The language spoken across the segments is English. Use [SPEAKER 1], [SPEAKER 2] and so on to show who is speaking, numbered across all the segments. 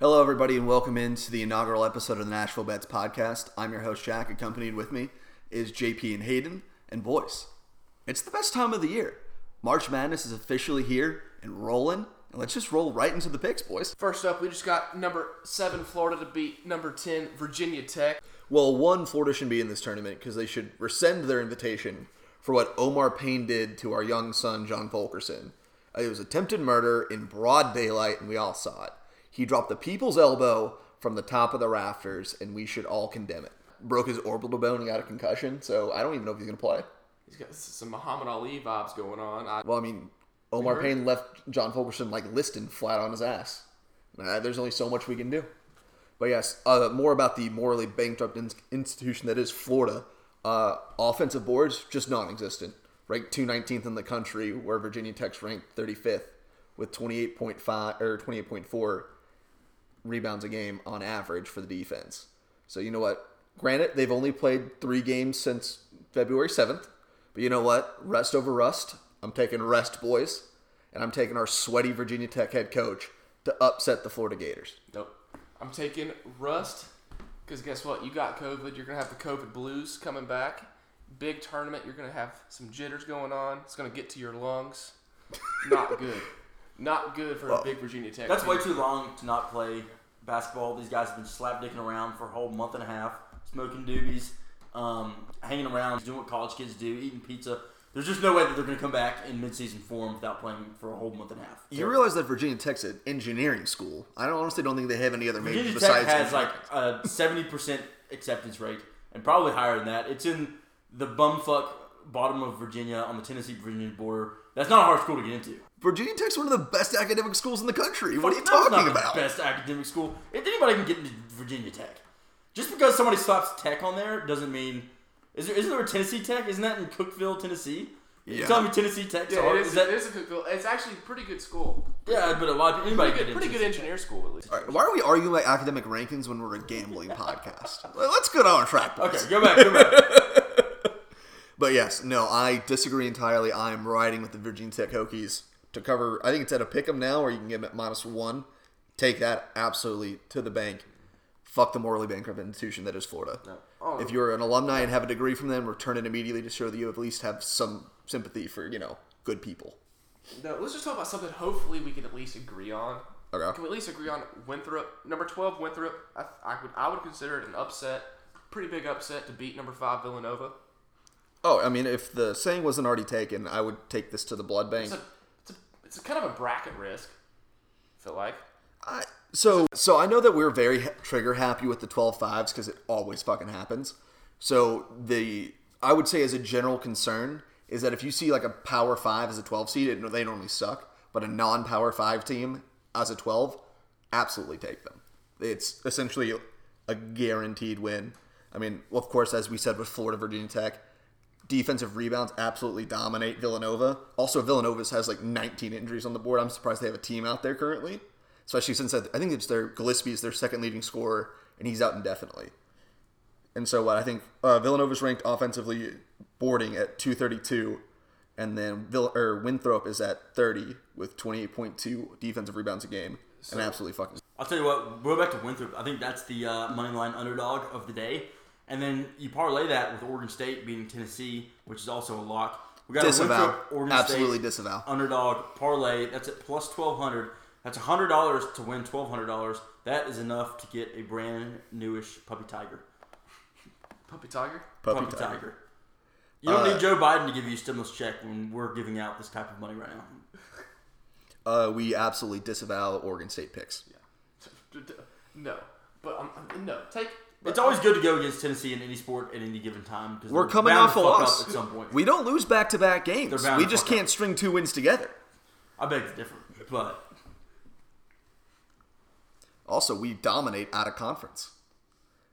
[SPEAKER 1] Hello, everybody, and welcome into the inaugural episode of the Nashville Bets podcast. I'm your host, Jack. Accompanied with me is JP and Hayden. And boys, it's the best time of the year. March Madness is officially here and rolling. And let's just roll right into the picks, boys.
[SPEAKER 2] First up, we just got number seven Florida to beat number ten Virginia Tech.
[SPEAKER 1] Well, one, Florida shouldn't be in this tournament because they should rescind their invitation for what Omar Payne did to our young son, John Fulkerson. Uh, It was attempted murder in broad daylight, and we all saw it. He dropped the people's elbow from the top of the rafters, and we should all condemn it. Broke his orbital bone, he got a concussion, so I don't even know if he's going to play.
[SPEAKER 2] He's got some Muhammad Ali vibes going on. I,
[SPEAKER 1] Well, I mean, Omar
[SPEAKER 2] heard-
[SPEAKER 1] Payne left John Fulkerson like listed flat on his ass. Uh, there's only so much we can do. But yes, uh, more about the morally bankrupt in- institution that is Florida. Uh, offensive boards just non-existent. Ranked 219th in the country, where Virginia Tech's ranked 35th with 28.5 or 28.4 rebounds a game on average for the defense. So you know what? Granted, they've only played three games since February 7th, but you know what? Rest over rust. I'm taking rest, boys, and I'm taking our sweaty Virginia Tech head coach to upset the Florida Gators.
[SPEAKER 2] nope. I'm taking Rust because guess what? You got COVID. You're gonna have the COVID blues coming back. Big tournament. You're gonna have some jitters going on. It's gonna get to your lungs. Not good. Not good for a big Virginia Tech.
[SPEAKER 3] That's
[SPEAKER 2] team.
[SPEAKER 3] way too long to not play basketball. These guys have been slap dicking around for a whole month and a half, smoking doobies, um, hanging around, doing what college kids do, eating pizza. There's just no way that they're going to come back in midseason form without playing for a whole month and a half.
[SPEAKER 1] You realize that Virginia Tech's an engineering school. I don't, honestly don't think they have any other majors
[SPEAKER 3] Virginia Tech
[SPEAKER 1] besides.
[SPEAKER 3] has like a 70% acceptance rate and probably higher than that. It's in the bumfuck bottom of Virginia on the Tennessee Virginia border. That's not a hard school to get into.
[SPEAKER 1] Virginia Tech's one of the best academic schools in the country. What are you
[SPEAKER 3] That's not
[SPEAKER 1] talking
[SPEAKER 3] the
[SPEAKER 1] about?
[SPEAKER 3] Best academic school. If anybody can get into Virginia Tech, just because somebody slaps Tech on there doesn't mean. Is there, isn't there a Tennessee Tech? Isn't that in Cookville, Tennessee?
[SPEAKER 1] Yeah.
[SPEAKER 3] You telling me Tennessee Tech's
[SPEAKER 2] Yeah,
[SPEAKER 3] hard?
[SPEAKER 2] it is,
[SPEAKER 3] Is that,
[SPEAKER 2] it is a good school. It's actually a pretty good school.
[SPEAKER 3] yeah, but a lot of
[SPEAKER 2] Pretty
[SPEAKER 3] anybody can
[SPEAKER 2] good,
[SPEAKER 3] get
[SPEAKER 2] pretty
[SPEAKER 3] into
[SPEAKER 2] good engineer school at least.
[SPEAKER 1] All right, why are we arguing about academic rankings when we're a gambling podcast? Well, Let's get on track, boys.
[SPEAKER 3] Okay, go back, go back.
[SPEAKER 1] But yes, no, I disagree entirely. I am riding with the Virginia Tech Hokies to cover. I think it's at a pick 'em now, or you can get 'em at minus one. Take that absolutely to the bank. Fuck the morally bankrupt institution that is Florida.
[SPEAKER 2] Oh.
[SPEAKER 1] If you're an alumni and have a degree from them, return it immediately to show that you at least have some sympathy for you know good people.
[SPEAKER 2] No, let's just talk about something. Hopefully, we can at least agree on.
[SPEAKER 1] Okay.
[SPEAKER 2] Can we at least agree on Winthrop number twelve? Winthrop, I, I would I would consider it an upset, pretty big upset to beat number five Villanova.
[SPEAKER 1] Oh, I mean, if the saying wasn't already taken, I would take this to the blood bank.
[SPEAKER 2] It's a it's a, it's a kind of a bracket risk. I feel like
[SPEAKER 1] I- so so I know that we're very ha- trigger happy with the 12 fives because it always fucking happens. So the I would say as a general concern is that if you see like a power five as a 12 seed, it, they normally suck. But a non-power five team as a 12, absolutely take them. It's essentially a guaranteed win. I mean, of course, as we said with Florida Virginia Tech, defensive rebounds absolutely dominate Villanova. Also, Villanova's has like 19 injuries on the board. I'm surprised they have a team out there currently, especially since I I think it's their Gillespie is their second leading scorer, and he's out indefinitely. And so what I think uh, Villanova's ranked offensively boarding at 232, and then Vill- or Winthrop is at 30 with 28.2 defensive rebounds a game, and absolutely fucking.
[SPEAKER 3] I'll tell you what, we'll go back to Winthrop. I think that's the uh, money line underdog of the day. And then you parlay that with Oregon State beating Tennessee, which is also a lock. We got a
[SPEAKER 1] Disavow.
[SPEAKER 3] Winthrop, Oregon
[SPEAKER 1] Absolutely
[SPEAKER 3] State,
[SPEAKER 1] disavow.
[SPEAKER 3] underdog parlay. That's at plus twelve hundred. That's hundred dollars to win twelve hundred dollars. That is enough to get a brand newish puppy tiger.
[SPEAKER 2] Puppy Tiger.
[SPEAKER 1] Puppy Tiger.
[SPEAKER 3] You don't
[SPEAKER 1] Uh,
[SPEAKER 3] need Joe Biden to give you a stimulus check when we're giving out this type of money right now.
[SPEAKER 1] Uh, we absolutely disavow Oregon State picks.
[SPEAKER 2] No, but I'm, I'm- no take.
[SPEAKER 3] It's always good to go against Tennessee in any sport at any given time because
[SPEAKER 1] We're coming off a loss.
[SPEAKER 3] at some point.
[SPEAKER 1] We don't lose back to back
[SPEAKER 3] They're
[SPEAKER 1] games.
[SPEAKER 3] bound
[SPEAKER 1] We
[SPEAKER 3] to
[SPEAKER 1] just
[SPEAKER 3] fuck
[SPEAKER 1] can't
[SPEAKER 3] up.
[SPEAKER 1] string two wins together.
[SPEAKER 3] I beg to differ, but
[SPEAKER 1] Also, we dominate out of conference.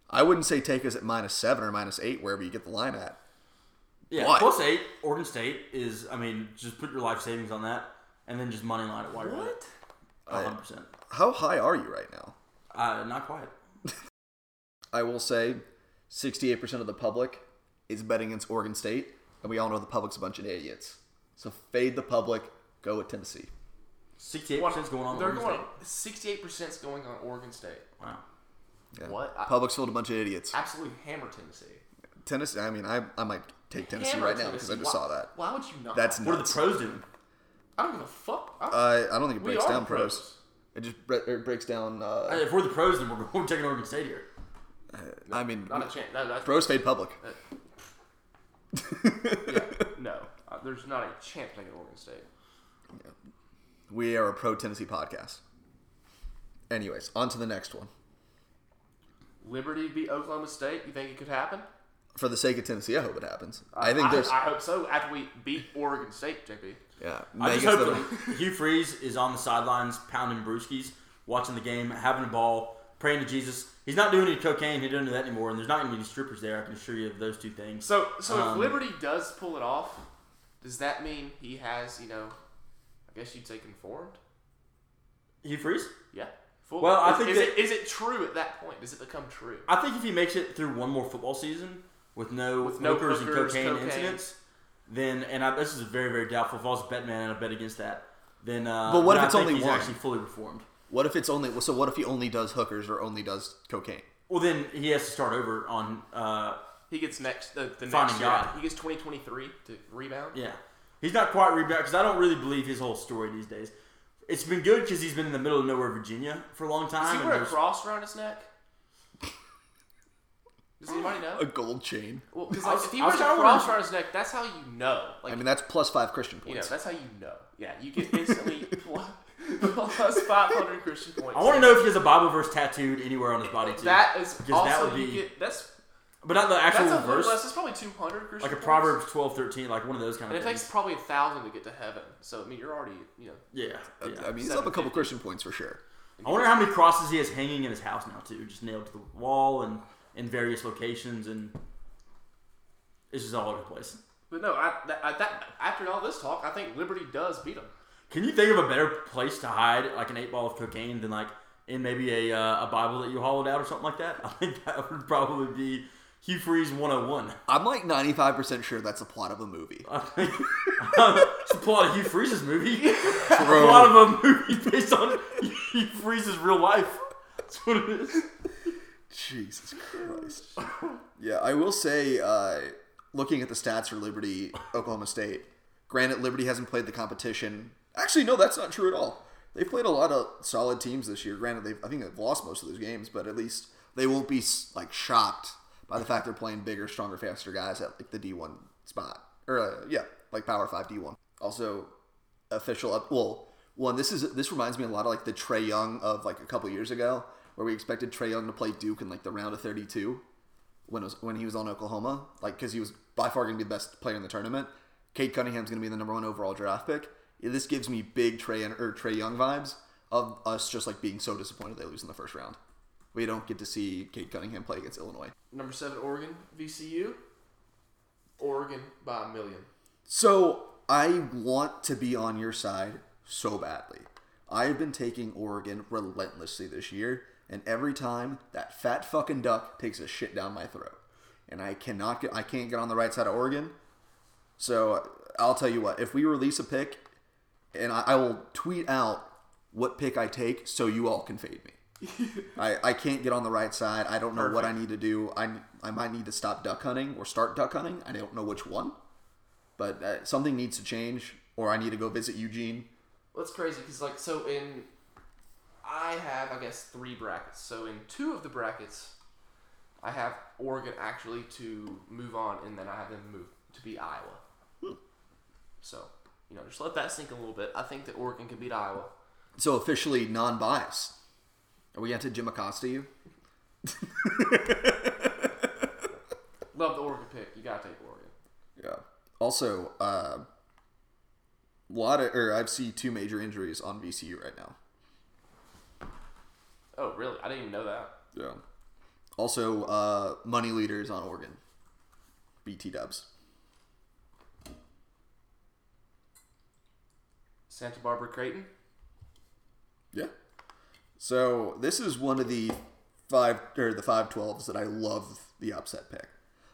[SPEAKER 1] I wouldn't say take us at minus seven or minus eight, wherever you get the line at.
[SPEAKER 3] yeah,
[SPEAKER 1] What?
[SPEAKER 3] plus eight. Oregon State is. I mean, just put your life savings on that, and then just money line it while you're at it. One hundred percent.
[SPEAKER 1] How high are you right now?
[SPEAKER 3] Uh, not quite.
[SPEAKER 1] I will say 68% of the public is betting against Oregon State, and we all know the public's a bunch of idiots. So fade the public, go with Tennessee.
[SPEAKER 3] Sixty-eight percent is going on.
[SPEAKER 2] They're
[SPEAKER 3] Oregon
[SPEAKER 2] going.
[SPEAKER 3] State.
[SPEAKER 2] Sixty-eight percent is going on Oregon State.
[SPEAKER 3] Wow.
[SPEAKER 1] Yeah.
[SPEAKER 2] What? I
[SPEAKER 1] Public's filled a bunch of idiots.
[SPEAKER 2] absolutely hammer Tennessee.
[SPEAKER 1] Tennessee. I mean, I, I might take Tennessee
[SPEAKER 2] Hammer
[SPEAKER 1] right now because I
[SPEAKER 2] Tennessee.
[SPEAKER 1] just
[SPEAKER 2] Why-
[SPEAKER 1] saw that.
[SPEAKER 2] Why would you not?
[SPEAKER 1] That's
[SPEAKER 3] What are the
[SPEAKER 1] nuts.
[SPEAKER 3] pros doing?
[SPEAKER 2] I don't give a fuck. I,
[SPEAKER 1] I I don't think it
[SPEAKER 2] we
[SPEAKER 1] breaks
[SPEAKER 2] are
[SPEAKER 1] down
[SPEAKER 2] the
[SPEAKER 1] pros. It just bre- it breaks down. Uh,
[SPEAKER 3] If we're the pros, then we're, we're taking Oregon State here.
[SPEAKER 1] I mean,
[SPEAKER 2] Not a chance. No, that's,
[SPEAKER 1] pros fade public.
[SPEAKER 2] no. Uh, there's not a chance they get Oregon State.
[SPEAKER 1] We are a pro Tennessee podcast. Anyways, on to the next one.
[SPEAKER 2] Liberty beat Oklahoma State. You think it could happen?
[SPEAKER 1] For the sake of Tennessee, I hope it happens. I think there's.
[SPEAKER 2] I, hope so. After we beat Oregon State, JP.
[SPEAKER 1] yeah,
[SPEAKER 3] I just
[SPEAKER 1] Vegas
[SPEAKER 3] hope
[SPEAKER 1] that-
[SPEAKER 3] that Hugh Freeze is on the sidelines pounding brewskis, watching the game, having a ball, praying to Jesus. He's not doing any cocaine. He doesn't do that anymore. And there's not going to be any strippers there. I can assure you of those two things.
[SPEAKER 2] So, so if
[SPEAKER 3] Um,
[SPEAKER 2] Liberty does pull it off, does that mean he has, you know, I guess you'd say conformed?
[SPEAKER 3] Hugh Freeze.
[SPEAKER 2] Yeah. Full.
[SPEAKER 3] Well, I
[SPEAKER 2] Is-
[SPEAKER 3] think
[SPEAKER 2] is it
[SPEAKER 3] that-
[SPEAKER 2] is it true at that point? Does it become true?
[SPEAKER 3] I think if he makes it through one more football season with no
[SPEAKER 2] With no
[SPEAKER 3] hookers and
[SPEAKER 2] hookers,
[SPEAKER 3] cocaine,
[SPEAKER 2] cocaine.
[SPEAKER 3] incidents, then and I, this is very very doubtful. If I was a bet man and I bet against that, then uh,
[SPEAKER 1] But what
[SPEAKER 3] then
[SPEAKER 1] if
[SPEAKER 3] I
[SPEAKER 1] it's
[SPEAKER 3] think
[SPEAKER 1] only
[SPEAKER 3] he's
[SPEAKER 1] one?
[SPEAKER 3] actually fully reformed?
[SPEAKER 1] what if it's only? So what if he only does hookers or only does cocaine?
[SPEAKER 3] Well, then he has to start over on. Uh,
[SPEAKER 2] He gets next the, the
[SPEAKER 3] Finding
[SPEAKER 2] next year.
[SPEAKER 3] God.
[SPEAKER 2] He gets twenty twenty three to rebound.
[SPEAKER 3] yeah, he's not quite rebound because I don't really believe his whole story these days. It's been good because he's been in the middle of nowhere, Virginia, for a long time.
[SPEAKER 2] Does he
[SPEAKER 3] and
[SPEAKER 2] wear a
[SPEAKER 3] there's-
[SPEAKER 2] cross around his neck? Does anybody know?
[SPEAKER 1] A gold chain.
[SPEAKER 2] Well, 'cause,
[SPEAKER 3] I
[SPEAKER 2] like,
[SPEAKER 3] was-
[SPEAKER 2] if he
[SPEAKER 3] I was
[SPEAKER 2] wears a
[SPEAKER 3] kinda
[SPEAKER 2] cross
[SPEAKER 3] wondering-
[SPEAKER 2] around his neck, that's how you know. Like,
[SPEAKER 1] I mean, that's plus five Christian
[SPEAKER 2] you know,
[SPEAKER 1] points.
[SPEAKER 2] that's how you know. Yeah, you get instantly plus, plus 500 Christian points.
[SPEAKER 3] I want to know if he has a Bible verse tattooed anywhere on his body too.
[SPEAKER 2] That is
[SPEAKER 3] Because
[SPEAKER 2] also
[SPEAKER 3] that would
[SPEAKER 2] you
[SPEAKER 3] be-
[SPEAKER 2] get that's
[SPEAKER 3] but not the actual
[SPEAKER 2] that's a verse.
[SPEAKER 3] verse,
[SPEAKER 2] less. It's probably 200 Christian
[SPEAKER 3] like a
[SPEAKER 2] points.
[SPEAKER 3] Proverbs twelve thirteen, like one of those kind
[SPEAKER 2] And
[SPEAKER 3] of
[SPEAKER 2] it
[SPEAKER 3] things.
[SPEAKER 2] takes probably a thousand to get to heaven. So I mean, you're already you know.
[SPEAKER 3] yeah, yeah.
[SPEAKER 1] I mean, he's up a couple Christian points for sure.
[SPEAKER 3] I wonder how many crosses he has hanging in his house now too, just nailed to the wall and in various locations, and it's just all over the place.
[SPEAKER 2] But no, I, that, I, that after all this talk, I think Liberty does beat them.
[SPEAKER 3] Can you think of a better place to hide like an eight ball of cocaine than like in maybe a uh, a Bible that you hollowed out or something like that? I think that would probably be Hugh Freeze one hundred and one.
[SPEAKER 1] I'm like 95% sure that's the plot of a movie.
[SPEAKER 3] it's the plot of Hugh Freeze's movie. It's the
[SPEAKER 1] Bro.
[SPEAKER 3] plot of a movie based on Hugh Freeze's real life. That's what it is.
[SPEAKER 1] Jesus Christ. yeah, I will say, uh, looking at the stats for Liberty, Oklahoma State, granted, Liberty hasn't played the competition. Actually, no, that's not true at all. They've played a lot of solid teams this year. Granted, they've, I think they've lost most of those games, but at least they won't be like shocked by the fact they're playing bigger, stronger, faster guys at like the D1 spot. Or uh, yeah, like Power 5 D1. Also, official up well one this is this reminds me a lot of like the trey young of like a couple years ago where we expected trey young to play duke in like the round of 32 when it was when he was on oklahoma like because he was by far going to be the best player in the tournament kate cunningham's going to be the number one overall draft pick Yeah, this gives me big trey and or trey young vibes of us just like being so disappointed they lose in the first round we don't get to see kate cunningham play against illinois
[SPEAKER 2] Number seven, Oregon, VCU. Oregon by a million.
[SPEAKER 1] So I want to be on your side so badly. I've been taking Oregon relentlessly this year, and every time that fat fucking duck takes a shit down my throat, and I cannot get I can't get on the right side of Oregon. So I'll tell you what: if we release a pick, and I, I will tweet out what pick I take, so you all can fade me. I, I can't get on the right side. I don't know what I need to do. I, I might need to stop duck hunting or start duck hunting. I don't know which one but uh, something needs to change or i need to go visit eugene
[SPEAKER 2] Well, that's crazy because like so in, I have I guess three brackets. So in two of the brackets, I have Oregon actually to move on, and then I have them move to be Iowa.
[SPEAKER 1] Hmm.
[SPEAKER 2] So you know, just let that sink a little bit. I think that Oregon can beat Iowa.
[SPEAKER 1] so officially non-biased are we going to jim acosta you
[SPEAKER 2] Love the Oregon pick. You gotta take Oregon.
[SPEAKER 1] yeah also a uh, lot of or i've seen two major injuries on vcu right now
[SPEAKER 2] Oh really? I didn't even know that.
[SPEAKER 1] yeah also uh, money leaders on oregon bt dubs
[SPEAKER 2] Santa Barbara Creighton.
[SPEAKER 1] yeah so this is one of the five or the 512s that i love the upset pick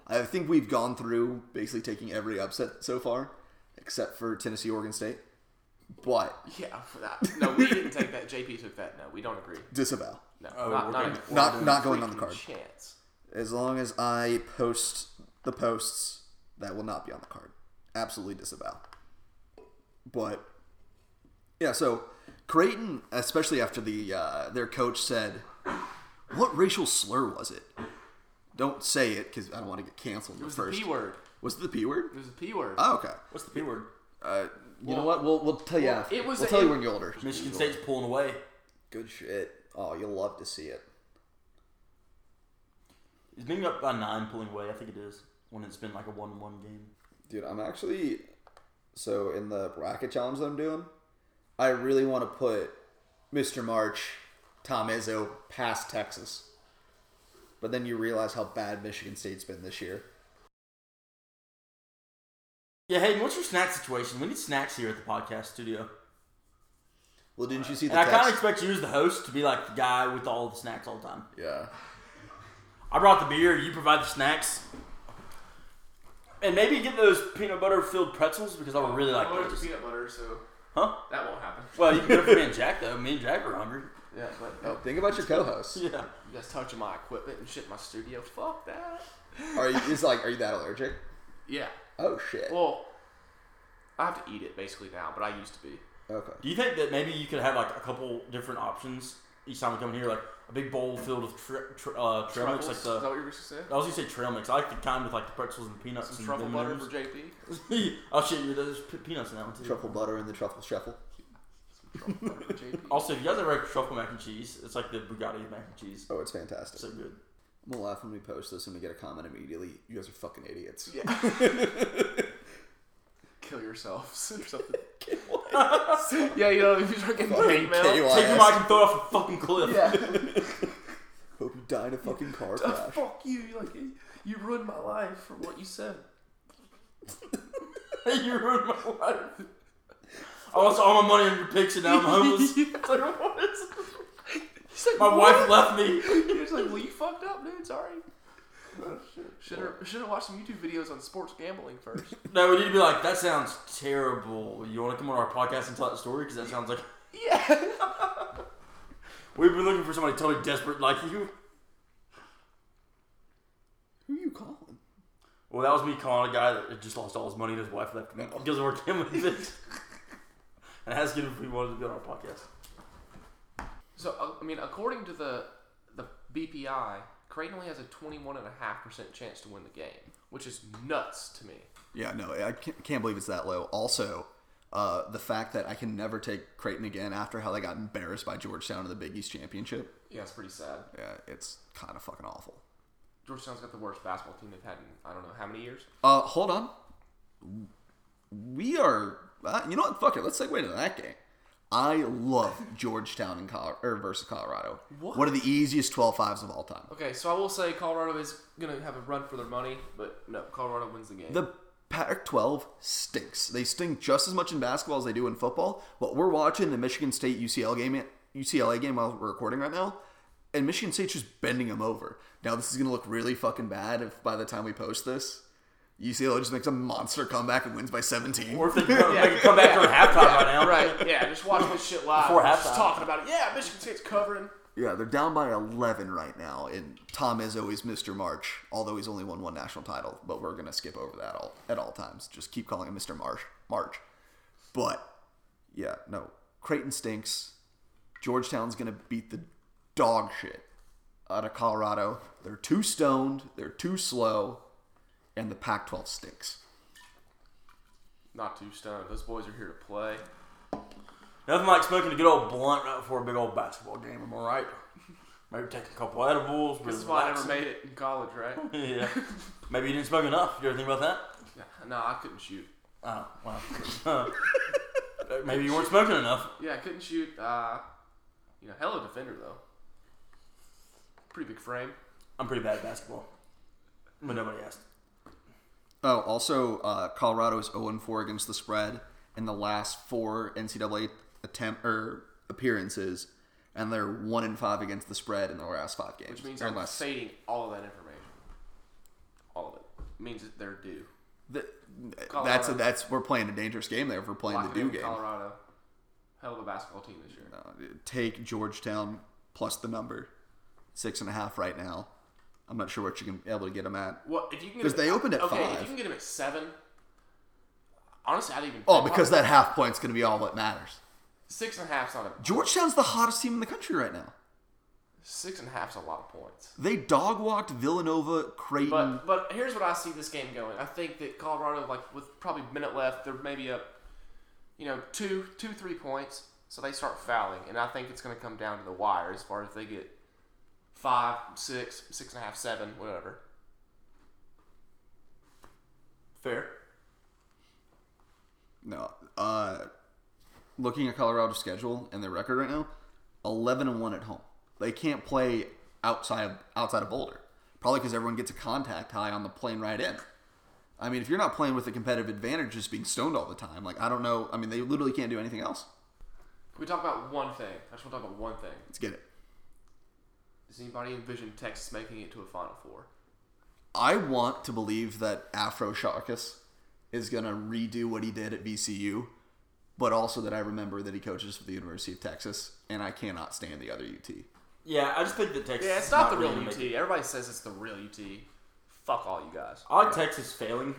[SPEAKER 1] i think we've gone through basically taking every upset so far except for tennessee oregon state But
[SPEAKER 2] Yeah, for that. No, we didn't take that. JP took that. No, we don't agree.
[SPEAKER 1] disavow.
[SPEAKER 2] No,
[SPEAKER 3] Oh,
[SPEAKER 2] not, not,
[SPEAKER 3] we're gonna-
[SPEAKER 2] even-
[SPEAKER 3] we're
[SPEAKER 2] not
[SPEAKER 1] doing- not going
[SPEAKER 2] freaking
[SPEAKER 1] on the card.
[SPEAKER 2] Chance.
[SPEAKER 1] As long as I post the posts, that will not be on the card. Absolutely disavow. But yeah, so Creighton, especially after the uh, their coach said, "What racial slur was it?" Don't say it because I don't want to get canceled.
[SPEAKER 2] It was
[SPEAKER 1] first.
[SPEAKER 2] the P word.
[SPEAKER 1] Was it the P word?
[SPEAKER 2] It was the P word.
[SPEAKER 1] Oh, okay.
[SPEAKER 3] What's the P word?
[SPEAKER 1] Uh, you know what? We'll we'll tell you.
[SPEAKER 2] Well,
[SPEAKER 1] after.
[SPEAKER 2] it was
[SPEAKER 1] we'll
[SPEAKER 2] a-
[SPEAKER 1] tell you
[SPEAKER 2] it-
[SPEAKER 1] when you're older.
[SPEAKER 3] Michigan State's pulling away.
[SPEAKER 1] Good shit. Oh, you'll love to see it.
[SPEAKER 3] Is Michigan up by nine pulling away? I think it is. When it's been like a one-one game.
[SPEAKER 1] Dude, I'm actually so in the bracket challenge that I'm doing, I really want to put Mr. March, Tom Izzo past Texas. But then you realize how bad Michigan State's been this year.
[SPEAKER 3] Yeah, Hayden, what's your snack situation? We need snacks here at the podcast studio.
[SPEAKER 1] Well, didn't you see the
[SPEAKER 3] And I kind of
[SPEAKER 1] text?
[SPEAKER 3] expect you as the host to be like the guy with all the snacks all the time.
[SPEAKER 1] Yeah.
[SPEAKER 3] I brought the beer. You provide the snacks. And maybe get those peanut butter filled pretzels because I would really like
[SPEAKER 2] I wanted
[SPEAKER 3] those.
[SPEAKER 2] peanut butter, so
[SPEAKER 3] Huh?
[SPEAKER 2] that won't happen.
[SPEAKER 3] Well, you can go for me and Jack though. Me and Jack are hungry.
[SPEAKER 2] Yeah, but
[SPEAKER 1] Oh, think about your co-host.
[SPEAKER 3] Yeah.
[SPEAKER 2] you guys touching my equipment and shit in my studio. Fuck that.
[SPEAKER 1] Are you? Is like, are you that allergic?
[SPEAKER 2] Yeah.
[SPEAKER 1] Oh shit.
[SPEAKER 2] Well, I have to eat it basically now, but I used to be.
[SPEAKER 1] Okay.
[SPEAKER 3] Do you think that maybe you could have like a couple different options each time we come here, like a big bowl filled with tr- tr- uh, trail mix,
[SPEAKER 2] Truffles?
[SPEAKER 3] like
[SPEAKER 2] Is that
[SPEAKER 3] the.
[SPEAKER 2] what you were supposed to say?
[SPEAKER 3] I was gonna say trail mix. I like the kind with like the pretzels and peanuts
[SPEAKER 2] Some
[SPEAKER 3] and
[SPEAKER 2] truffle
[SPEAKER 3] them
[SPEAKER 2] butter
[SPEAKER 3] and
[SPEAKER 2] for JP.
[SPEAKER 3] those. oh shit, yeah, there's p- peanuts in that one too.
[SPEAKER 1] Truffle butter and the truffle shuffle.
[SPEAKER 2] Some truffle butter for JP.
[SPEAKER 3] Also, if you guys ever had truffle mac and cheese, it's like the Bugatti mac and cheese.
[SPEAKER 1] Oh, it's fantastic.
[SPEAKER 3] So good.
[SPEAKER 1] I'm gonna laugh when we post this and we get a comment immediately. You guys are fucking idiots.
[SPEAKER 2] Yeah. Kill yourselves or something. yeah, you know, if you start getting
[SPEAKER 1] Fucking
[SPEAKER 2] hate mail.
[SPEAKER 1] KYS.
[SPEAKER 3] Take your mic and throw it off a fucking cliff.
[SPEAKER 2] Yeah.
[SPEAKER 1] Hope you die in a fucking car
[SPEAKER 2] Uh,
[SPEAKER 1] crash.
[SPEAKER 2] fuck you. You're like, you- you ruined my life for what you said.
[SPEAKER 3] you ruined my life. I lost all my money in your picks and now I'm homeless.
[SPEAKER 2] Yeah, it's like, what is- He's like,
[SPEAKER 3] My
[SPEAKER 2] what?
[SPEAKER 3] wife left me.
[SPEAKER 2] He's like, well, you fucked up, dude. Sorry. Oh, Should have should have watched some YouTube videos on sports gambling first.
[SPEAKER 3] No, we need to be like, that sounds terrible. You want to come on our podcast and tell that story? Because that sounds like.
[SPEAKER 2] yeah.
[SPEAKER 3] We've been looking for somebody totally desperate like you.
[SPEAKER 1] Who are you calling?
[SPEAKER 3] Well, that was me calling a guy that just lost all his money and his wife left him. He doesn't work him with this. And asked him if we wanted to be on our podcast.
[SPEAKER 2] So uh, I mean, according to the the BPI, Creighton only has a twenty one and a half percent chance to win the game, which is nuts to me.
[SPEAKER 1] Yeah, no, I can't, can't believe it's that low. Also, uh, the fact that I can never take Creighton again after how they got embarrassed by Georgetown in the Big East championship.
[SPEAKER 2] Yeah, it's pretty sad.
[SPEAKER 1] Yeah, it's kind of fucking awful.
[SPEAKER 2] Georgetown's got the worst basketball team they've had in I don't know how many years.
[SPEAKER 1] Uh, hold on. We are. Uh, you know what? Fuck it. Let's segue into that game. I love Georgetown and Col- or versus Colorado.
[SPEAKER 2] What?
[SPEAKER 1] One of the easiest 12 fives of all time.
[SPEAKER 2] Okay, so I will say Colorado is gonna have a run for their money, but no, Colorado wins the game.
[SPEAKER 1] The Pac 12 stinks. They stink just as much in basketball as they do in football. But we're watching the Michigan State UCLA game, UCLA game while we're recording right now, and Michigan State's just bending them over. Now, this is going to look really fucking bad if by the time we post this, UCLA just makes a monster comeback and wins by 17.
[SPEAKER 3] Or if they come, they come back during halftime right now.
[SPEAKER 2] right? Yeah, just watching this shit live.
[SPEAKER 3] Before halftime.
[SPEAKER 2] just talking about it. Yeah, Michigan State's covering.
[SPEAKER 1] Yeah, they're down by 11 right now, and Tom is always Mr. March, although he's only won one national title. But we're gonna skip over that all at all times. Just keep calling him Mr. March. March, but yeah, no, Creighton stinks. Georgetown's gonna beat the dog shit out of Colorado. They're too stoned. They're too slow, and the Pac-12 stinks.
[SPEAKER 2] Not too stoned. Those boys are here to play.
[SPEAKER 3] Nothing like smoking a good old blunt right before a big old basketball game. Am I right? Maybe take a couple edibles.
[SPEAKER 2] This is why I never made it in college, right?
[SPEAKER 3] yeah. Maybe you didn't smoke enough. You ever think about that?
[SPEAKER 2] Yeah, no, I couldn't shoot.
[SPEAKER 3] Oh, wow. Maybe you weren't smoking enough.
[SPEAKER 2] Yeah, I couldn't shoot. Uh, you know, hella defender though. Pretty big frame.
[SPEAKER 3] I'm pretty bad at basketball. But nobody asked.
[SPEAKER 1] Oh, also, uh, Colorado is 0 4 against the spread in the last four NCAA attempt or appearances, and they're 1 and 5 against the spread in the last five games.
[SPEAKER 2] Which means
[SPEAKER 1] Or
[SPEAKER 2] I'm
[SPEAKER 1] last-
[SPEAKER 2] fading all of that information. All of it means that they're due.
[SPEAKER 1] Th- that's
[SPEAKER 2] Colorado.
[SPEAKER 1] that's we're playing a dangerous game there. If we're playing
[SPEAKER 2] Lock it
[SPEAKER 1] the
[SPEAKER 2] in,
[SPEAKER 1] do game,
[SPEAKER 2] Colorado. hell of a basketball team this year.
[SPEAKER 1] Uh, take Georgetown plus the number six and a half right now. I'm not sure what you can able to get them at.
[SPEAKER 2] Well, if you can get
[SPEAKER 1] 'Cause
[SPEAKER 2] him at-
[SPEAKER 1] they opened at
[SPEAKER 2] okay,
[SPEAKER 1] five.
[SPEAKER 2] if you can get him at seven, honestly, I'd even.
[SPEAKER 1] Oh, because that half point's going to be all that matters.
[SPEAKER 2] six and a half's not a
[SPEAKER 1] Georgetown's the hottest team in the country right now.
[SPEAKER 2] six and a half's a lot of points.
[SPEAKER 1] They dog walked Villanova, Creighton.
[SPEAKER 2] But but here's what I see this game going. I think that Colorado, like with probably a minute left, they're maybe up, you know, two two three points. So they start fouling, and I think it's going to come down to the wire as far as they get five, six, six and a half, seven, whatever.
[SPEAKER 3] Fair.
[SPEAKER 1] no, uh, looking at Colorado's schedule and their record right now, 11 and one at home. They can't play outside of, outside of Boulder, probably because everyone gets a contact high on the plane right in. I mean, if you're not playing with a competitive advantage, just being stoned all the time, like I don't know. I mean, they literally can't do anything else.
[SPEAKER 2] Can we talk about one thing? I just want to talk about one thing.
[SPEAKER 1] Let's get it.
[SPEAKER 2] Does anybody envision Texas making it to a Final Four?
[SPEAKER 1] I want to believe that Afro Sharkus is going to redo what he did at VCU, but also that I remember that he coaches for the University of Texas, and I cannot stand the other UT.
[SPEAKER 3] Yeah, I just think that Texas.
[SPEAKER 2] Yeah,
[SPEAKER 3] is
[SPEAKER 2] it's not, the
[SPEAKER 3] really
[SPEAKER 2] real
[SPEAKER 3] gonna
[SPEAKER 2] UT.
[SPEAKER 3] make it.
[SPEAKER 2] Everybody says it's the real UT. Fuck all you guys.
[SPEAKER 3] I like Texas failing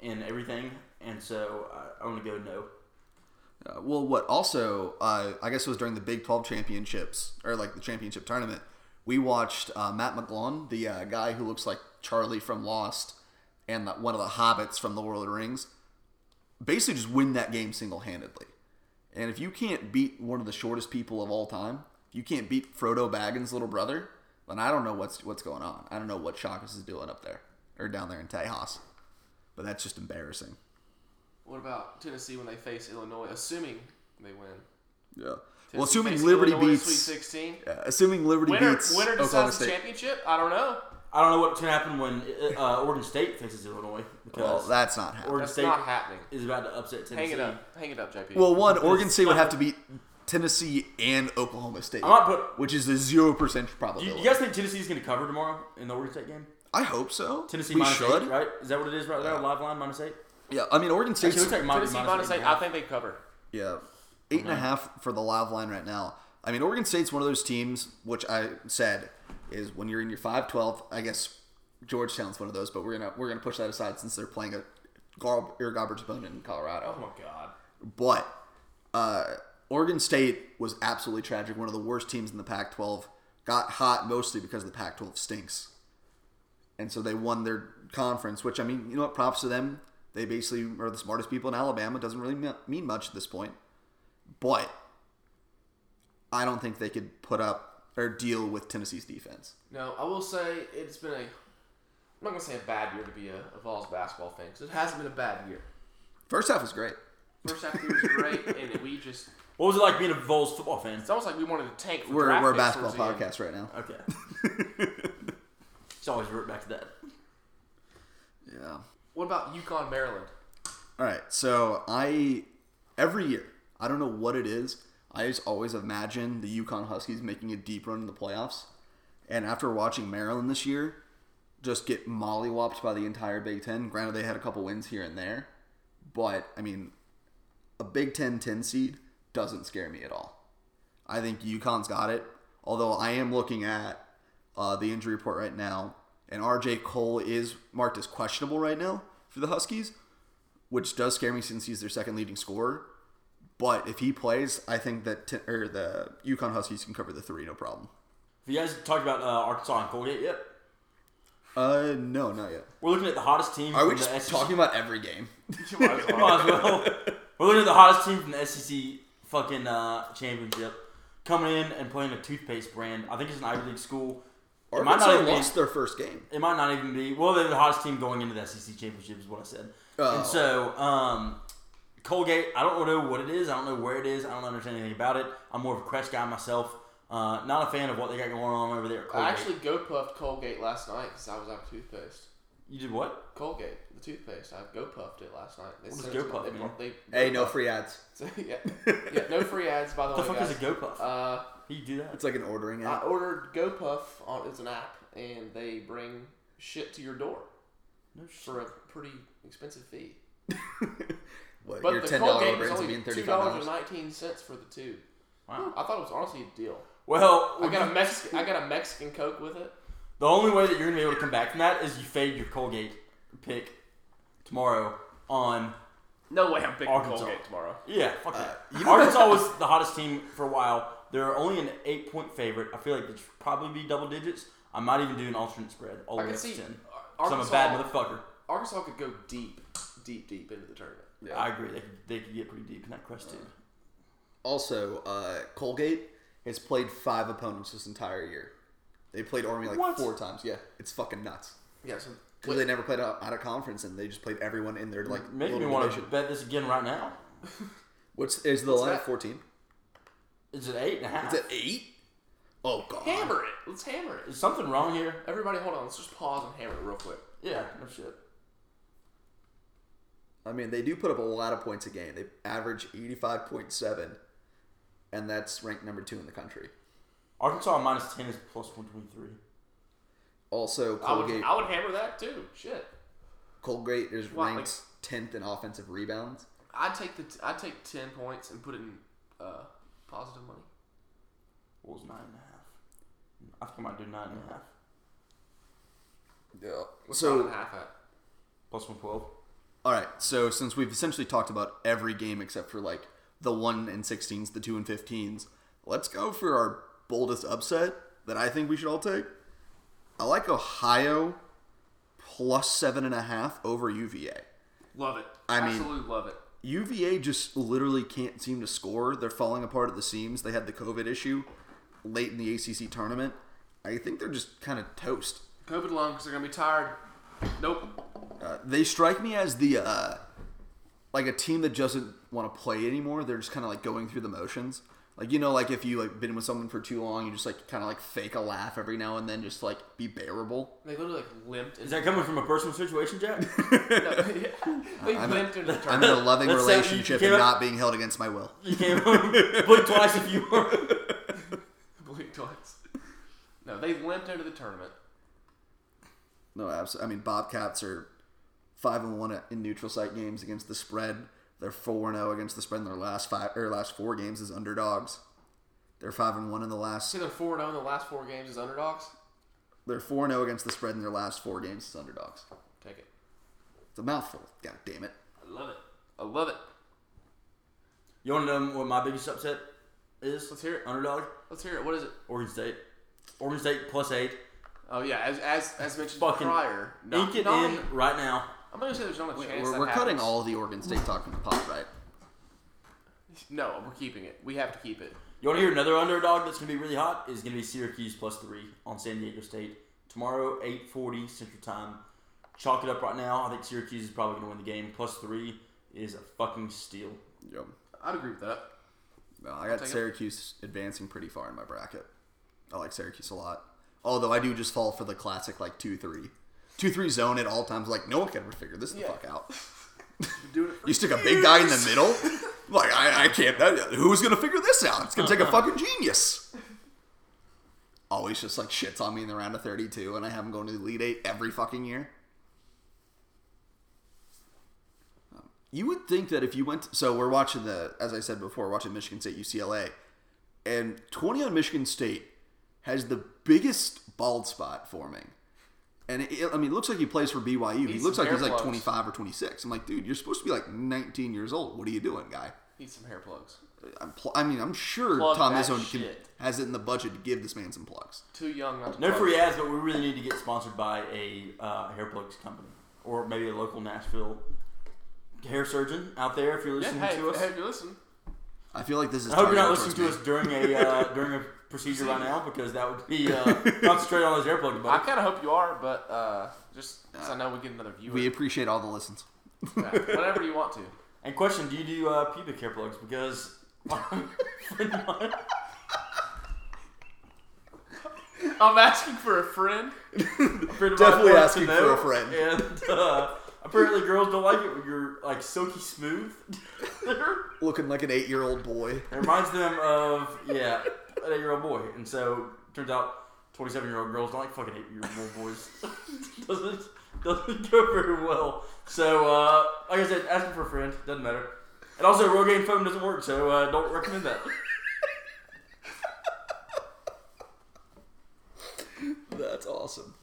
[SPEAKER 3] in everything, and so I, I'm gonna go no.
[SPEAKER 1] Uh, well, what also, uh, I guess it was during the Big 12 championships, or like the championship tournament, we watched uh, Matt McGlone, the uh, guy who looks like Charlie from Lost and the, one of the hobbits from The Lord of the Rings, basically just win that game single handedly. And if you can't beat one of the shortest people of all time, you can't beat Frodo Baggins' little brother, then I don't know what's what's going on. I don't know what Chakas is doing up there or down there in Tejas. But that's just embarrassing.
[SPEAKER 2] What about Tennessee when they face Illinois? Assuming they win.
[SPEAKER 1] Yeah. Well,
[SPEAKER 2] Tennessee
[SPEAKER 1] assuming
[SPEAKER 2] faces
[SPEAKER 1] Liberty
[SPEAKER 2] Illinois in
[SPEAKER 1] beats
[SPEAKER 2] Sweet Sixteen.
[SPEAKER 1] Uh, assuming Liberty
[SPEAKER 2] Winner,
[SPEAKER 1] beats
[SPEAKER 2] winner
[SPEAKER 1] Oklahoma
[SPEAKER 2] decides the
[SPEAKER 1] State.
[SPEAKER 2] championship. I don't know.
[SPEAKER 3] I don't know what's gonna happen when uh, Oregon State faces Illinois because
[SPEAKER 1] Well, that's not happening.
[SPEAKER 3] Oregon
[SPEAKER 2] That's
[SPEAKER 3] State
[SPEAKER 2] not happening.
[SPEAKER 3] is about to upset Tennessee.
[SPEAKER 2] Hang it up. Hang it up, JP.
[SPEAKER 1] Well, one Oregon
[SPEAKER 3] it's
[SPEAKER 1] State would
[SPEAKER 3] not-
[SPEAKER 1] have to beat Tennessee and Oklahoma State,
[SPEAKER 3] I'm not put-
[SPEAKER 1] which is a zero percent
[SPEAKER 3] Do you,
[SPEAKER 1] probability.
[SPEAKER 3] you guys think Tennessee's gonna cover tomorrow in the Oregon State game?
[SPEAKER 1] I hope so.
[SPEAKER 3] Tennessee
[SPEAKER 1] we
[SPEAKER 3] minus
[SPEAKER 1] should.
[SPEAKER 3] eight, right? Is that what it is right there? Live line minus eight.
[SPEAKER 1] Yeah, I mean Oregon State's
[SPEAKER 3] Actually, it looks like minus,
[SPEAKER 2] Tennessee minus eight.
[SPEAKER 3] and a
[SPEAKER 2] I
[SPEAKER 3] half.
[SPEAKER 2] think they cover.
[SPEAKER 1] yeah eight and a half for the live line right now. I mean Oregon State's one of those teams, which I said is when you're in your five twelve. I guess Georgetown's one of those, but we're gonna we're gonna push that aside since they're playing a gar- air garbage opponent in Colorado.
[SPEAKER 3] Oh my god.
[SPEAKER 1] But uh, Oregon State was absolutely tragic. One of the worst teams in the Pac-12 got hot mostly because the Pac-12 stinks, and so they won their conference. Which I mean, you know what? Props to them. They basically are the smartest people in Alabama. Doesn't really me- mean much at this point, but I don't think they could put up or deal with Tennessee's defense.
[SPEAKER 2] No, I will say it's been a. I'm not gonna say a bad year to be a, a Vols basketball fan because it hasn't been a bad year.
[SPEAKER 1] First half was great.
[SPEAKER 2] First half of the year was great, and we just.
[SPEAKER 3] What was it like being a Vols football fan?
[SPEAKER 2] It's almost like we wanted to tank. For
[SPEAKER 1] We're,
[SPEAKER 2] draft
[SPEAKER 1] we're a
[SPEAKER 2] picks
[SPEAKER 1] basketball
[SPEAKER 2] towards the end. Uh,
[SPEAKER 1] podcast right now.
[SPEAKER 3] Okay. Just always revert back to that.
[SPEAKER 1] Yeah.
[SPEAKER 2] What about UConn, Maryland?
[SPEAKER 1] All right, so I every year I don't know what it is. I just always imagine the Yukon Huskies making a deep run in the playoffs, and after watching Maryland this year, just get mollywopped by the entire Big Ten. Granted, they had a couple wins here and there, but I mean, a Big Ten 10 seed doesn't scare me at all. I think UConn's got it. Although I am looking at uh, the injury report right now, and RJ Cole is marked as questionable right now for the Huskies, which does scare me since he's their second leading scorer. But if he plays, I think that t- or the Yukon Huskies can cover the three, no problem.
[SPEAKER 3] Have you guys talked about uh, Arkansas and Colgate yet?
[SPEAKER 1] Uh, no, not yet.
[SPEAKER 3] We're looking at the hottest team.
[SPEAKER 1] Are we
[SPEAKER 3] from the
[SPEAKER 1] just
[SPEAKER 3] SEC.
[SPEAKER 1] talking about every game?
[SPEAKER 3] Might as well. We're looking at the hottest team from the SEC fucking uh, championship coming in and playing a toothpaste brand. I think it's an Ivy League school. It might not
[SPEAKER 1] Arkansas
[SPEAKER 3] even be-
[SPEAKER 1] lost their first game.
[SPEAKER 3] It might not even be. Well, they're the hottest team going into the SEC championship, is what I said.
[SPEAKER 1] Oh.
[SPEAKER 3] And so, um, Colgate, I don't know what it is. I don't know where it is. I don't understand anything about it. I'm more of a Crest guy myself. Uh, not a fan of what they got going on over there at Colgate.
[SPEAKER 2] I actually go puffed Colgate last night because I was out of toothpaste.
[SPEAKER 3] you did what?
[SPEAKER 2] Colgate, the toothpaste. I go puffed it last night. They
[SPEAKER 3] What
[SPEAKER 2] sent
[SPEAKER 3] is
[SPEAKER 2] us-
[SPEAKER 3] GoPuff
[SPEAKER 2] they
[SPEAKER 3] mean?
[SPEAKER 2] brought- they-
[SPEAKER 1] Hey, no free ads.
[SPEAKER 2] So, yeah, yeah, no free ads. By the
[SPEAKER 3] What the
[SPEAKER 2] way,
[SPEAKER 3] fuck
[SPEAKER 2] guys.
[SPEAKER 3] is a GoPuff?
[SPEAKER 2] Oh, Uh,
[SPEAKER 3] How you do that?
[SPEAKER 1] It's like an ordering
[SPEAKER 2] I
[SPEAKER 1] app.
[SPEAKER 2] ordered GoPuff on. It's an app, and they bring shit to your door
[SPEAKER 3] No shit.
[SPEAKER 2] for a pretty expensive fee.
[SPEAKER 1] what
[SPEAKER 2] But
[SPEAKER 1] your
[SPEAKER 2] the
[SPEAKER 1] ten
[SPEAKER 2] Colt
[SPEAKER 1] dollar
[SPEAKER 2] game
[SPEAKER 1] order
[SPEAKER 2] was
[SPEAKER 1] ends up
[SPEAKER 2] only
[SPEAKER 1] being thirty
[SPEAKER 2] two
[SPEAKER 1] five
[SPEAKER 2] dollars and
[SPEAKER 1] dollars.
[SPEAKER 2] nineteen cents for the two.
[SPEAKER 3] Wow.
[SPEAKER 2] I thought it was honestly a deal.
[SPEAKER 3] Well,
[SPEAKER 2] I got a Mexican. I got a Mexican Coke with it.
[SPEAKER 3] the only way that you're gonna be able to come back from that is you fade your Colgate pick tomorrow on
[SPEAKER 2] No way, I'm picking
[SPEAKER 3] Arkansas.
[SPEAKER 2] Colgate tomorrow.
[SPEAKER 3] Yeah, fuck
[SPEAKER 1] Uh,
[SPEAKER 3] it. Arkansas was the hottest team for a while. They're only an eight point favorite. I feel like it should probably be double digits. I might even do an alternate spread all
[SPEAKER 2] I
[SPEAKER 3] the way
[SPEAKER 2] can
[SPEAKER 3] up to
[SPEAKER 2] see
[SPEAKER 3] ten.
[SPEAKER 2] Ar-
[SPEAKER 3] 'Cause I'm a
[SPEAKER 2] Arkansas.
[SPEAKER 3] bad motherfucker.
[SPEAKER 2] Arkansas could go deep, deep, deep into the tournament.
[SPEAKER 1] Yeah.
[SPEAKER 3] I agree. They could, they could get pretty deep in that crest too.
[SPEAKER 1] Also, uh, Colgate has played five opponents this entire year. They played Army like
[SPEAKER 3] What?
[SPEAKER 1] four times. Yeah, it's fucking nuts.
[SPEAKER 2] Yeah. So
[SPEAKER 1] Because they never played out, out of conference, and they just played everyone in their like
[SPEAKER 3] Making me
[SPEAKER 1] little
[SPEAKER 3] want to
[SPEAKER 1] division.
[SPEAKER 3] bet this again right now.
[SPEAKER 1] What's is the line?
[SPEAKER 2] that?
[SPEAKER 1] Fourteen.
[SPEAKER 3] Is it eight and a half?
[SPEAKER 1] Is it eight? Oh god.
[SPEAKER 2] hammer it. Let's hammer it.
[SPEAKER 3] Is something wrong here?
[SPEAKER 2] Everybody, hold on. Let's just pause and hammer it real quick.
[SPEAKER 3] Yeah, no shit.
[SPEAKER 1] I mean, they do put up a lot of points a game. They average eighty-five point seven, and that's ranked number two in the country.
[SPEAKER 3] Arkansas minus ten is plus one twenty three.
[SPEAKER 1] Also,
[SPEAKER 2] I would,
[SPEAKER 1] Colgate.
[SPEAKER 2] I would hammer that too. Shit.
[SPEAKER 1] Colgate is
[SPEAKER 2] Wow, like-
[SPEAKER 1] ranked tenth in offensive rebounds.
[SPEAKER 2] I'd take the. T- I'd take ten points and put it in uh, positive money.
[SPEAKER 3] What was nine and a half? I think I might do nine and a half.
[SPEAKER 1] Yeah.
[SPEAKER 2] What's nine
[SPEAKER 1] So
[SPEAKER 2] and a half at?
[SPEAKER 3] Plus one twelve.
[SPEAKER 1] All right. So since we've essentially talked about every game except for like the one and sixteens, the two and fifteens, let's go for our boldest upset that I think we should all take. I like Ohio plus seven and a half over UVA.
[SPEAKER 2] Love it.
[SPEAKER 1] I mean-
[SPEAKER 2] absolutely love it.
[SPEAKER 1] UVA just literally can't seem to score. They're falling apart at the seams. They had the COVID issue late in the ACC tournament. I think they're just kind of toast.
[SPEAKER 2] COVID lungs. They're gonna be tired. Nope.
[SPEAKER 1] Uh, they strike me as the uh, like a team that doesn't want to play anymore. They're just kind of like going through the motions. Like you know, like if you like been with someone for too long, you just like kind of like fake a laugh every now and then, just to, like be bearable.
[SPEAKER 2] They literally like limped.
[SPEAKER 3] Is
[SPEAKER 2] And,
[SPEAKER 3] that coming from a personal situation, Jack?
[SPEAKER 2] they
[SPEAKER 1] I'm-
[SPEAKER 2] limped in
[SPEAKER 1] I'm in
[SPEAKER 2] the
[SPEAKER 1] a
[SPEAKER 2] tournament.
[SPEAKER 1] loving
[SPEAKER 3] That's how you
[SPEAKER 1] relationship
[SPEAKER 3] give
[SPEAKER 1] and
[SPEAKER 3] up-
[SPEAKER 1] not being held against my will.
[SPEAKER 3] you can't blink twice if you were.
[SPEAKER 2] Blink twice. No, they limped into the tournament.
[SPEAKER 1] No, absolutely. I mean, Bobcats are five and one in neutral site games against the spread. They're four and zero against the spread in their last five or last four games as underdogs. They're five and one in the last.
[SPEAKER 2] See, they're four zero in the last four games as underdogs.
[SPEAKER 1] They're four and zero against the spread in their last four games as underdogs.
[SPEAKER 2] Take it.
[SPEAKER 1] It's a mouthful. God damn it.
[SPEAKER 2] I love it. I love it.
[SPEAKER 3] You want to know what my biggest upset is?
[SPEAKER 2] Let's hear it.
[SPEAKER 3] Underdog,
[SPEAKER 2] Let's hear it. What is it?
[SPEAKER 3] Oregon State. Oregon State plus eight.
[SPEAKER 2] Oh yeah, as as, as mentioned
[SPEAKER 3] Fucking
[SPEAKER 2] prior. Not,
[SPEAKER 3] Ink it
[SPEAKER 2] not-
[SPEAKER 3] in right now.
[SPEAKER 2] I'm not gonna say there's not a chance.
[SPEAKER 1] We're,
[SPEAKER 2] that
[SPEAKER 1] we're cutting
[SPEAKER 2] happens.
[SPEAKER 1] all the Oregon State talk from the pod, right?
[SPEAKER 2] No, we're keeping it. We have to keep it.
[SPEAKER 3] You want to hear another underdog that's going to be really hot? Is going to be Syracuse plus three on San Diego State tomorrow, eight forty Central Time. Chalk it up right now. I think Syracuse is probably going to win the game. Plus three is a fucking steal.
[SPEAKER 1] Yep.
[SPEAKER 2] I'd agree with that.
[SPEAKER 1] No, I got
[SPEAKER 2] take it.
[SPEAKER 1] Syracuse advancing pretty far in my bracket. I like Syracuse a lot. Although I do just fall for the classic like 2 3. 2 3 zone at all times. Like, no one can ever figure this the
[SPEAKER 2] Yeah.
[SPEAKER 1] fuck out.
[SPEAKER 2] Doing it.
[SPEAKER 1] You stick a big guy in the middle? Like, I, I can't. That, who's going to figure this out? It's going to take a fucking genius. Always just like shits on me in the round of 32, and I have him going to the Elite Eight every fucking year. Um, You would think that if you went, so we're watching the, as I said before, watching Michigan State UCLA, and 20 on Michigan State has the biggest bald spot forming. And it, it- I mean, it looks like he plays for BYU. he
[SPEAKER 2] He's
[SPEAKER 1] looks like he's
[SPEAKER 2] hair
[SPEAKER 1] like
[SPEAKER 2] plugs.
[SPEAKER 1] 25 or 26. I'm like, dude, you're supposed to be like 19 years old. What are you doing, guy?
[SPEAKER 2] Need some hair plugs.
[SPEAKER 1] I'm pl- I mean, I'm sure
[SPEAKER 3] Plug
[SPEAKER 1] Tom
[SPEAKER 3] that
[SPEAKER 1] Izzo can,
[SPEAKER 3] shit.
[SPEAKER 1] has it in the budget to give this man some plugs.
[SPEAKER 2] Too young not to.
[SPEAKER 3] No
[SPEAKER 2] play.
[SPEAKER 3] free ads, but we really need to get sponsored by a uh, hair plugs company or maybe a local Nashville hair surgeon out there. If you're
[SPEAKER 2] Yeah,
[SPEAKER 3] listening
[SPEAKER 2] hey,
[SPEAKER 3] to us,
[SPEAKER 2] hey, you listen.
[SPEAKER 1] I feel like this is.
[SPEAKER 3] I hope you're not
[SPEAKER 1] targeted
[SPEAKER 3] listening to
[SPEAKER 1] towards
[SPEAKER 3] us
[SPEAKER 1] me.
[SPEAKER 3] during a uh, during a procedure right now because that would be uh, concentrate on those earplugs.
[SPEAKER 2] I
[SPEAKER 3] Buddy.
[SPEAKER 2] kind of hope you are, but uh, just because I know we get another viewer.
[SPEAKER 1] We appreciate all the listens.
[SPEAKER 2] Yeah, whenever you want to.
[SPEAKER 3] And question: Do you do uh, pubic earplugs? Because friend of mine-
[SPEAKER 2] I'm asking for a friend.
[SPEAKER 3] friend of
[SPEAKER 1] Definitely
[SPEAKER 3] mine
[SPEAKER 1] asking
[SPEAKER 3] wants to
[SPEAKER 1] for a
[SPEAKER 3] know,
[SPEAKER 1] friend.
[SPEAKER 3] And uh, apparently, girls don't like it when you're like silky smooth. it
[SPEAKER 1] Looking like an eight-year-old boy.
[SPEAKER 3] reminds them of yeah, an eight-year-old boy, and so turns out 27 year old girls don't like fucking 8 year old boys. doesn't, doesn't go very well. So, uh, like I said, asking for a friend, doesn't matter. And also, Rogaine foam doesn't work, so uh, don't recommend that.
[SPEAKER 1] That's awesome.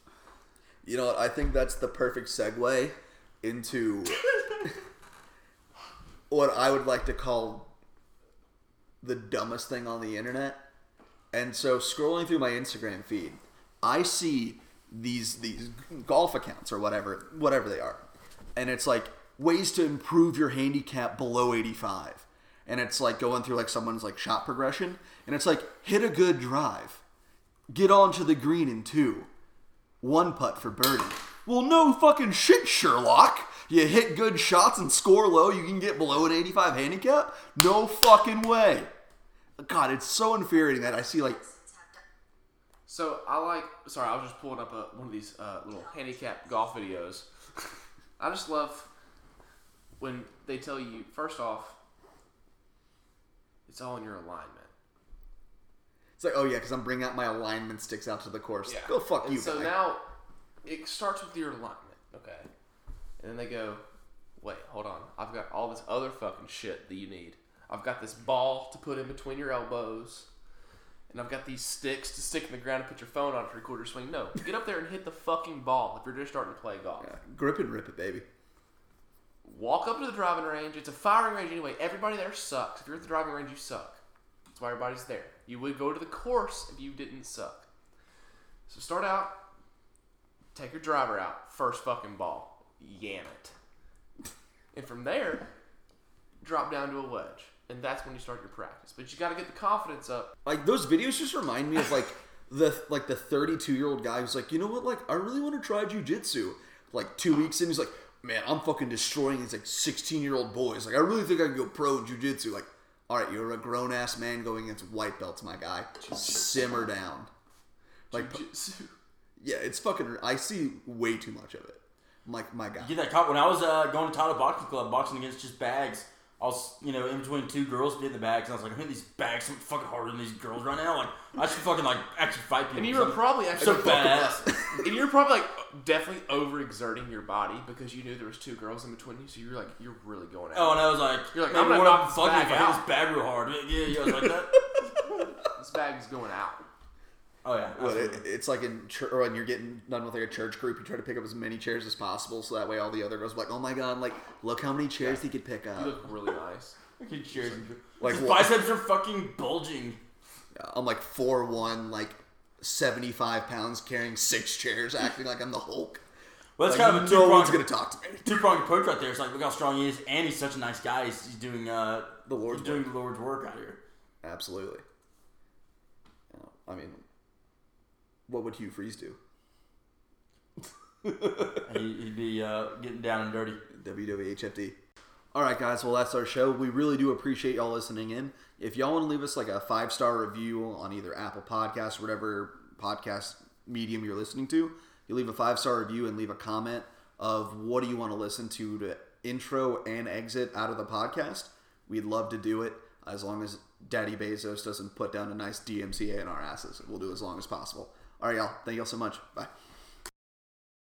[SPEAKER 1] You know what? I think that's the perfect segue into what I would like to call the dumbest thing on the internet. And so scrolling through my Instagram feed, I see these these golf accounts or whatever whatever they are. And it's like ways to improve your handicap below 85. And it's like going through like someone's like shot progression and it's like hit a good drive. Get onto the green in 2 one putt for birdie. Well, no fucking shit, Sherlock. You hit good shots and score low, you can get below an 85 handicap? No fucking way. God, it's so infuriating that I see like
[SPEAKER 2] So I like. Sorry, I was just pulling up a, one of these uh, little handicap golf videos. I just love when they tell you first off, it's all in your alignment.
[SPEAKER 1] it's like, oh yeah, because I'm bringing out my alignment sticks out to the course.
[SPEAKER 2] Yeah.
[SPEAKER 1] Go fuck
[SPEAKER 2] And
[SPEAKER 1] you.
[SPEAKER 2] So
[SPEAKER 1] guy.
[SPEAKER 2] now it starts with your alignment, okay? And then they go, wait, hold on. I've got all this other fucking shit that you need. I've got this ball to put in between your elbows, and I've got these sticks to stick in the ground and put your phone on for your quarter swing. No, get up there and hit the fucking ball if you're just starting to play golf.
[SPEAKER 1] Yeah, grip and rip it, baby.
[SPEAKER 2] Walk up to the driving range. It's a firing range anyway. Everybody there sucks. If you're at the driving range, you suck. That's why everybody's there. You would go to the course if you didn't suck. So start out. Take your driver out. First fucking ball. Yam it. And from there, drop down to a wedge. And that's when you start your practice. But you got to get the confidence up.
[SPEAKER 1] Like those videos just remind me of like the like the 32 year old guy who's like, you know what? Like I really want to try jujitsu. Like two weeks in, he's like, man, I'm fucking destroying these like 16 year old boys. Like I really think I can go pro in jujitsu. Like, all right, you're a grown ass man going against white belts, my guy. Simmer down. Like,
[SPEAKER 2] Jujitsu.
[SPEAKER 1] yeah, it's fucking. I see way too much of it. I'm like, my god.
[SPEAKER 3] Get that caught. When I was uh, going to Tyler Boxing Club, boxing against just bags, I was, you know, in between two girls getting the bags, and I was like, I'm hitting these bags so fucking harder than these girls right now. Like, I should fucking, like, actually fight people.
[SPEAKER 2] And you were probably
[SPEAKER 3] so
[SPEAKER 2] actually
[SPEAKER 3] badass.
[SPEAKER 2] and you're probably like definitely overexerting your body because you knew there was two girls in between you, so you're like you're really going out.
[SPEAKER 3] Oh, and I was like,
[SPEAKER 2] You're like,
[SPEAKER 3] "Man,
[SPEAKER 2] I'm gonna
[SPEAKER 3] what
[SPEAKER 2] knock this
[SPEAKER 3] fucking
[SPEAKER 2] bag
[SPEAKER 3] if I hit
[SPEAKER 2] out."
[SPEAKER 3] this bag real hard. Yeah, yeah, I was like that.
[SPEAKER 2] This bag is going out.
[SPEAKER 3] Oh yeah.
[SPEAKER 1] But
[SPEAKER 3] absolutely.
[SPEAKER 1] it, it's like in church, or when you're getting done with like a church group, you try to pick up as many chairs as possible, so that way all the other girls are like, oh my god, like look how many chairs he could pick
[SPEAKER 2] You
[SPEAKER 1] up.
[SPEAKER 2] look really nice.
[SPEAKER 3] Fucking cheers.
[SPEAKER 1] Like
[SPEAKER 3] His
[SPEAKER 1] what?
[SPEAKER 3] biceps are fucking bulging.
[SPEAKER 1] I'm like four one, like seventy five pounds, carrying six chairs, acting like I'm the Hulk.
[SPEAKER 3] Well, that's
[SPEAKER 1] Like,
[SPEAKER 3] kind of a
[SPEAKER 1] no
[SPEAKER 3] two-pronged,
[SPEAKER 1] one's gonna talk to me.
[SPEAKER 3] two-pronged approach right there. It's like, look how strong he is, and he's such a nice guy. He's, he's doing uh,
[SPEAKER 1] The Lord's
[SPEAKER 3] he's doing the Lord's work out here.
[SPEAKER 1] Absolutely. Yeah, I mean, what would Hugh Freeze do?
[SPEAKER 3] He, he'd be uh, getting down and dirty.
[SPEAKER 1] WWHFD. All right, guys. Well, that's our show. We really do appreciate y'all listening in. If y'all want to leave us like a five star review on either Apple Podcasts or whatever podcast medium you're listening to, you leave a five star review and leave a comment of what do you want to listen to to intro and exit out of the podcast. We'd love to do it as long as Daddy Bezos doesn't put down a nice DMCA in our asses. We'll do as long as possible. All right, y'all. Thank y'all so much. Bye.